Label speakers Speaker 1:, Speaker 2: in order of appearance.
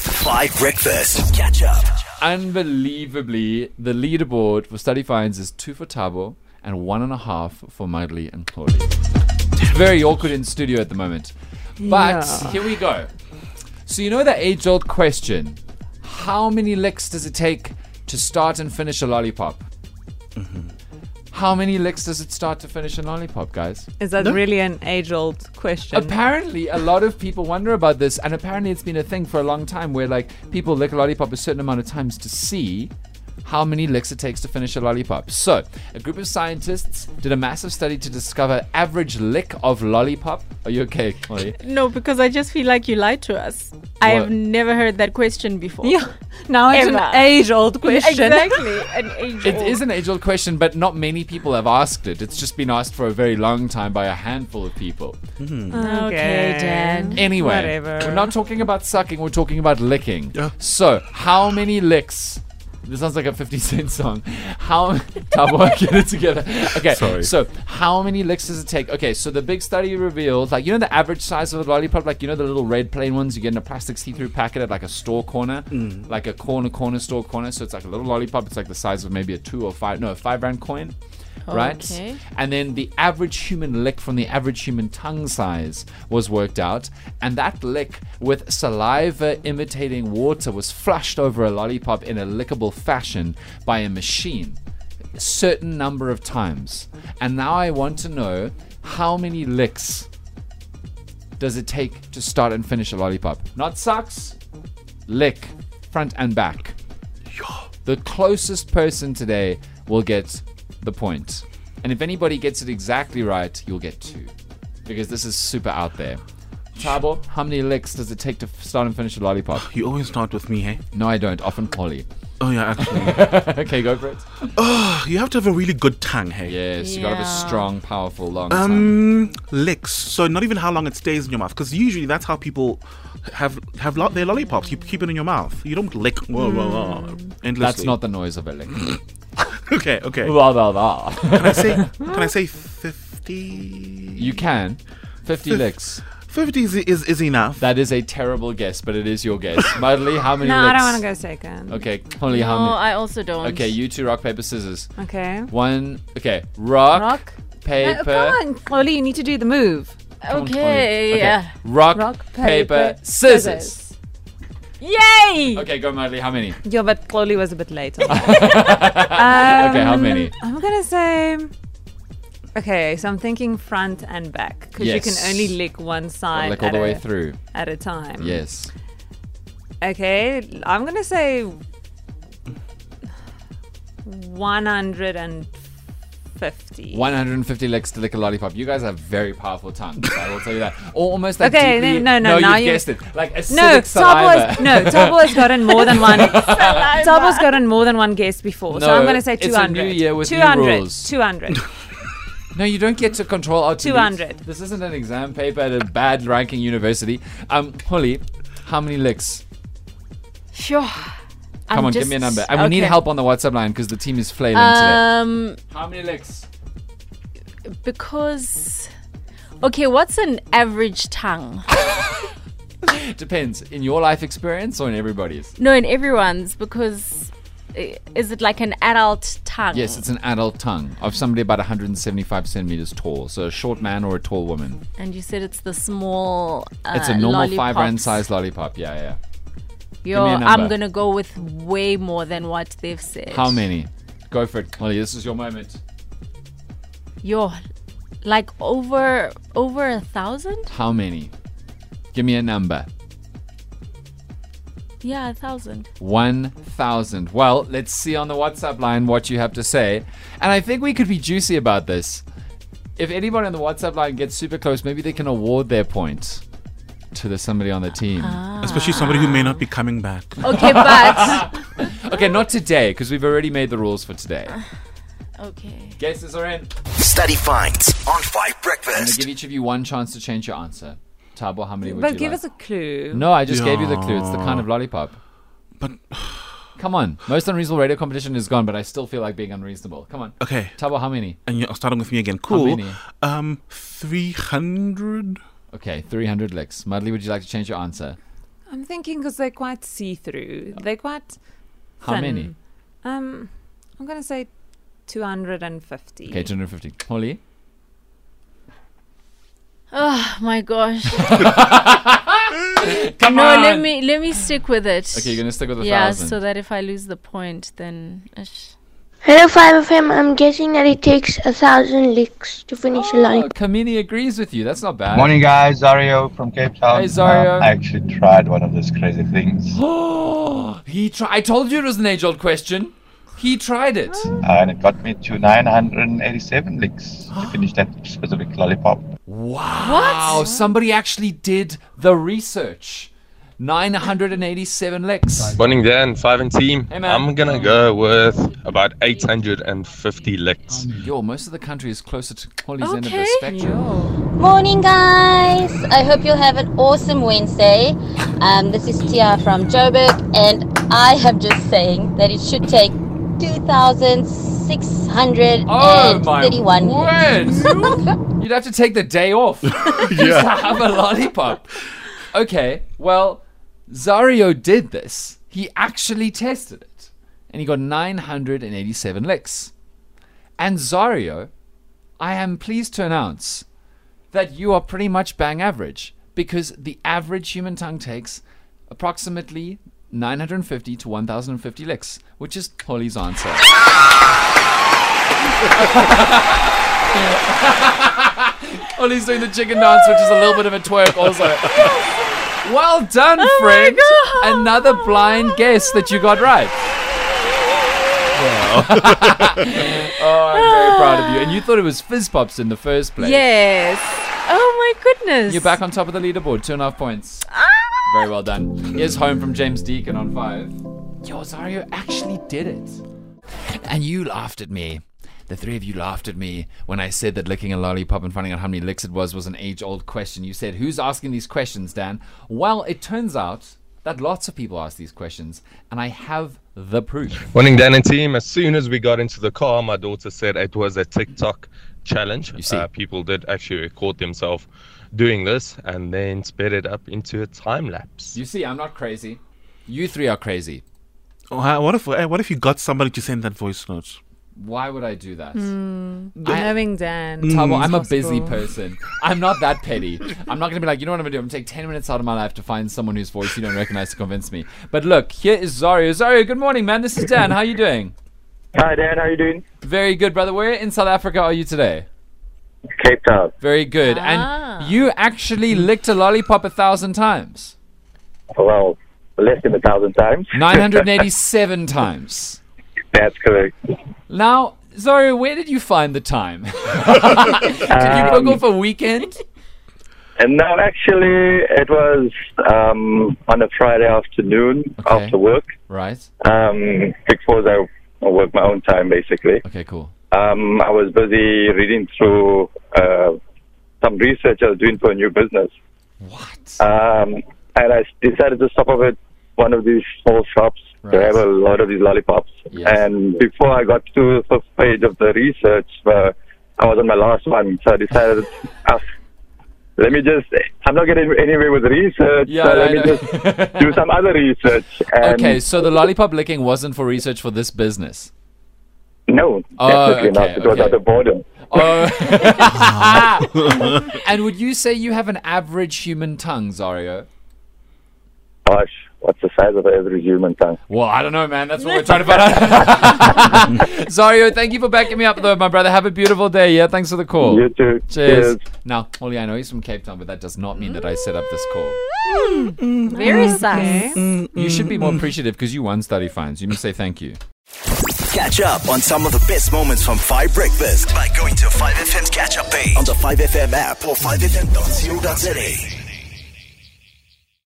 Speaker 1: Five Breakfast. Catch up.
Speaker 2: Unbelievably, the leaderboard for study finds is two for Tabo and one and a half for Mudley and Claudia. Very awkward in studio at the moment. But
Speaker 3: Yeah.
Speaker 2: here we go. So, you know that age old question how many licks does it take to start and finish a lollipop? How many licks does it start to finish a lollipop, guys?
Speaker 3: Is that really an age-old question?
Speaker 2: Apparently, a lot of people wonder about this, and apparently, it's been a thing for a long time where like people lick a lollipop a certain amount of times to see how many licks it takes to finish a lollipop. So, a group of scientists did a massive study to discover average lick of lollipop. Are you okay, Chloe?
Speaker 4: No, because I just feel like you lied to us.
Speaker 2: What?
Speaker 4: I have never heard that question before.
Speaker 3: yeah. Now it's an
Speaker 4: Ever.
Speaker 3: age-old question.
Speaker 4: Exactly. An age
Speaker 2: It
Speaker 4: old.
Speaker 2: is an age-old question, but not many people have asked it. It's just been asked for a very long time by a handful of people.
Speaker 4: Okay, Dan.
Speaker 2: Anyway,
Speaker 3: Whatever.
Speaker 2: we're not talking about sucking, we're talking about licking.
Speaker 1: Yeah.
Speaker 2: So, how many licks? This sounds like a 50 Cent song. How. Double, get it together. Okay,
Speaker 1: Sorry.
Speaker 2: so how many licks does it take? Okay, so the big study revealed, like, you know, the average size of a lollipop, like, you know, the little red plain ones you get in a plastic see through packet at like a store corner,
Speaker 1: Mm.
Speaker 2: like a corner, corner, store corner. So it's like a little lollipop, it's like the size of maybe a two or five, no, a five rand coin right?
Speaker 4: Okay.
Speaker 2: And then the average human lick from the average human tongue size was worked out, and that lick with saliva imitating water was flushed over a lollipop in a lickable fashion by a machine a certain number of times. And now I want to know how many licks does it take to start and finish a lollipop? Not sucks, lick, front and back. The closest person today will get the point. And if anybody gets it exactly right, you'll get two. Because this is super out there. Tabo, how many licks does it take to f- start and finish a lollipop?
Speaker 1: You always start with me, hey?
Speaker 2: No, I don't. Often Polly.
Speaker 1: Oh, yeah, actually.
Speaker 2: okay, go for it.
Speaker 1: you have to have a really good tongue, hey?
Speaker 2: Yes, you gotta have a
Speaker 4: Yeah.
Speaker 2: strong, powerful, long tongue.
Speaker 1: Um, licks. So not even how long it stays in your mouth, because usually that's how people have have lo- their lollipops. You keep it in your mouth. You don't lick. Whoa, whoa, whoa, endlessly.
Speaker 2: Mm. That's not the noise of a lick.
Speaker 1: okay. Okay.
Speaker 2: Blah, blah, blah.
Speaker 1: Can I say? Can I say fifty?
Speaker 2: You can. 50 licks.
Speaker 1: Fifty is is, is enough.
Speaker 2: That is a terrible guess, but it is your guess. Mudley, how many
Speaker 3: No,
Speaker 2: licks?
Speaker 3: I don't want to go second.
Speaker 2: Okay, Polly,
Speaker 4: No,
Speaker 2: how many?
Speaker 4: Oh, I also don't.
Speaker 2: Okay, you two rock, paper, scissors.
Speaker 3: Okay.
Speaker 2: One. Okay, rock,
Speaker 4: Rock.
Speaker 2: paper.
Speaker 3: Uh, come on, Chloe, you need to do the move.
Speaker 2: Come on, Polly.
Speaker 4: Okay,
Speaker 2: Oh, Okay,
Speaker 4: yeah.
Speaker 2: Rock,
Speaker 3: Rock,
Speaker 2: paper,
Speaker 3: paper,
Speaker 2: scissors. Um,
Speaker 4: Yay!
Speaker 2: Okay, go Mudley. How many?
Speaker 3: Yeah, but Chloe was a bit late. on that.
Speaker 2: okay, how
Speaker 3: Um,
Speaker 2: many?
Speaker 3: I'm gonna say. Okay, so I'm thinking front and back because you
Speaker 2: Yes.
Speaker 3: can only lick one side
Speaker 2: Like all
Speaker 3: at
Speaker 2: the
Speaker 3: a-
Speaker 2: way through.
Speaker 3: at a time.
Speaker 2: Yes.
Speaker 3: Okay, I'm gonna say 150.
Speaker 2: 150 licks to lick a lollipop. You guys have very powerful tongues. I will tell you that. Or almost like
Speaker 3: Okay,
Speaker 2: deeply-
Speaker 3: no, no,
Speaker 2: no.
Speaker 3: now
Speaker 2: you've
Speaker 3: you-
Speaker 2: guessed it. Like acidic
Speaker 3: No,
Speaker 2: saliva.
Speaker 3: Tabo has, no, Tabo has gotten more than one. Tabo's gotten more than one guess before, so
Speaker 2: No,
Speaker 3: I'm gonna say
Speaker 2: it's a
Speaker 3: 200.
Speaker 2: new year with new
Speaker 3: 200.
Speaker 2: rules.
Speaker 3: 200.
Speaker 2: No, you don't get to control our
Speaker 3: 200.
Speaker 2: This isn't an exam paper at a bad ranking university. Um, Holly, how many licks?
Speaker 4: Sure.
Speaker 2: Come on, give me a number. And we need help on the WhatsApp line because the team is flailing
Speaker 3: Uh,
Speaker 4: Um,
Speaker 2: today. How many licks?
Speaker 4: because. Okay, what's an average tongue?
Speaker 2: It depends. In your life experience or in everybody's?
Speaker 4: No, in everyone's, because. i- Is it like an adult tongue?
Speaker 2: Yes, it's an adult tongue of somebody about 175 centimeters tall. So a short man or a tall woman.
Speaker 4: And you said it's the small. Uh,
Speaker 2: It's a normal five rand
Speaker 4: lollipops.
Speaker 2: size lollipop. Yeah, yeah.
Speaker 4: Yo,
Speaker 2: me a number.
Speaker 4: I'm gonna go with way more than what they've said.
Speaker 2: How many? Go for it, Holly. This is your moment.
Speaker 4: Yo, like over over a thousand?
Speaker 2: How many? Give me a number.
Speaker 4: Yeah, a thousand.
Speaker 2: 1,000. Well, let's see on the WhatsApp line what you have to say. And I think we could be juicy about this. If anyone on the WhatsApp line gets super close, maybe they can award their point to the somebody on the team.
Speaker 4: Ah.
Speaker 1: Especially somebody who may not be coming back.
Speaker 2: Ah.
Speaker 4: Okay, but
Speaker 2: Okay, not today because we've already made the rules for today.
Speaker 4: okay.
Speaker 2: Guesses are in.
Speaker 5: Study finds on Five
Speaker 2: I'm gonna
Speaker 5: Breakfast.
Speaker 2: give each of you one chance to change your answer. Tabo, how many would
Speaker 3: but
Speaker 2: you
Speaker 3: give
Speaker 2: like?
Speaker 3: us a clue.
Speaker 2: no, I just gave you the clue. It's the kind of lollipop.
Speaker 1: But
Speaker 2: Come on, most unreasonable radio competition is gone, but I still feel like being unreasonable. Come on,
Speaker 1: okay,
Speaker 2: Tabo, how many?
Speaker 1: and you're starting with me again. Cool.
Speaker 2: many?
Speaker 1: Um, three hundred.
Speaker 2: Okay, 300 licks. Mudley, would you like to change your answer?
Speaker 3: I'm thinking because they're quite see through. They're quite.
Speaker 2: How
Speaker 3: thin.
Speaker 2: many?
Speaker 3: Um, I'm gonna say 250.
Speaker 2: Okay, 250. Holly?
Speaker 4: Oh my gosh.
Speaker 2: Come
Speaker 4: no, let me let me stick with it.
Speaker 2: Okay, you're going to stick with a
Speaker 4: yeah,
Speaker 2: thousand.
Speaker 4: so that if I lose the point, then uh, ish.
Speaker 6: Hello, 5FM. I'm guessing that it takes a thousand licks to finish a
Speaker 2: Oh,
Speaker 6: lollipop.
Speaker 2: Kamini agrees with you. That's not bad.
Speaker 7: Morning, guys. Zario from Cape Town. Uh,
Speaker 2: Hey, Zario.
Speaker 7: I actually tried one of those crazy things, uh,
Speaker 2: he tried. I told you it was an age-old question. He tried it.
Speaker 7: and it got me to 987 licks to finish that specific lollipop.
Speaker 2: Wow! Somebody actually did the research. 987 licks.
Speaker 8: Morning, Dan, five and team.
Speaker 2: Hey, man.
Speaker 8: I'm gonna go with about 850 licks.
Speaker 2: Yo, most of the country is closer to Holly's end of the
Speaker 4: Okay.
Speaker 2: spectrum.
Speaker 9: Morning, guys. I hope you'll have an awesome Wednesday. Um, this is Tia from Joburg, and I have just saying that it should take 2,631
Speaker 2: Oh my word! You'd have to take the day off to
Speaker 1: yeah.
Speaker 2: have a lollipop. Okay, well, Zario did this. He actually tested it, and he got 987 licks. And Zario, I am pleased to announce that you are pretty much bang average because the average human tongue takes approximately 950 to 1050 licks, which is Holly's answer. Holly's doing the chicken dance, which is a little bit of a twerk also. Well done, friend. Another blind guess that you got right. oh, I'm very proud of you. And you thought it was fizz pops in the first place.
Speaker 4: Yes. Oh my goodness.
Speaker 2: You're back on top of the leaderboard, two and a half points. Very well done. Here's home from James Deacon on five. Yo, Zario actually did it. And you laughed at me. The three of you laughed at me when I said that licking a lollipop and finding out how many licks it was was an age old question. You said, Who's asking these questions, Dan? Well, it turns out that lots of people ask these questions, and I have the proof.
Speaker 8: Morning, Dan and team. As soon as we got into the car, my daughter said it was a TikTok challenge.
Speaker 2: see.
Speaker 8: Uh, people did actually record themselves doing this and then sped it up into a time lapse.
Speaker 2: You see, I'm not crazy. You three are crazy.
Speaker 1: Wow, What if eh, what if you got somebody to send that voice note?
Speaker 2: Why would I do that?
Speaker 3: Knowing Dan.
Speaker 2: Tabo, I'm a
Speaker 3: possible.
Speaker 2: busy person. I'm not that petty. I'm not going to be like, you know what I'm going to do? I'm going to take 10 minutes out of my life to find someone whose voice you don't recognize to convince me. But look, here is Zario. Zario, good morning, man. This is Dan. How you doing?
Speaker 10: Hi, Dan. How you doing?
Speaker 2: Very good, brother. Where in South Africa are you today?
Speaker 10: Cape Town.
Speaker 2: Very good. And you actually licked a lollipop a thousand times.
Speaker 10: Well, less than a thousand times.
Speaker 2: 987 times.
Speaker 10: That's correct.
Speaker 2: Now, Zario, where did you find the time? did you
Speaker 10: Um,
Speaker 2: book off a weekend?
Speaker 10: And now, actually, it was um, on a Friday afternoon
Speaker 2: Okay.
Speaker 10: after work,
Speaker 2: Right.
Speaker 10: um, because I, I work my own time, basically.
Speaker 2: Okay, cool.
Speaker 10: Um, I was busy reading through uh, some research I was doing for a new business.
Speaker 2: What?
Speaker 10: Um, and I s- decided to stop over at one of these small shops. They
Speaker 2: Right.
Speaker 10: have a lot of these lollipops.
Speaker 2: Yes.
Speaker 10: And before I got to the first page of the research, uh, I was on my last one. So I decided, ah, let me just, I'm not getting anywhere with research.
Speaker 2: Yeah,
Speaker 10: so
Speaker 2: I
Speaker 10: let me
Speaker 2: know.
Speaker 10: just do some other research. And
Speaker 2: Okay, so the lollipop licking wasn't for research for this business.
Speaker 10: No,
Speaker 2: Oh,
Speaker 10: definitely not.
Speaker 2: okay,
Speaker 10: It was
Speaker 2: okay.
Speaker 10: out of boredom.
Speaker 2: Oh. and would you say you have an average human tongue, Zario?
Speaker 10: Gosh, what's the size of every human tongue?
Speaker 2: Well, I don't know, man. That's what we're trying to find out. Zario, thank you for backing me up, though, my brother. Have a beautiful day. Yeah, thanks for the call.
Speaker 10: You too.
Speaker 2: Cheers. Now, Holly, I know he's from Cape Town, but that does not mean that I set up this call.
Speaker 4: Very sus.
Speaker 2: You should be more appreciative because you won study fines. You must say thank you.
Speaker 5: Catch up on some of the best moments from 5 Breakfast by going to 5FM's catch up page on the 5FM app or 5FM.co.za.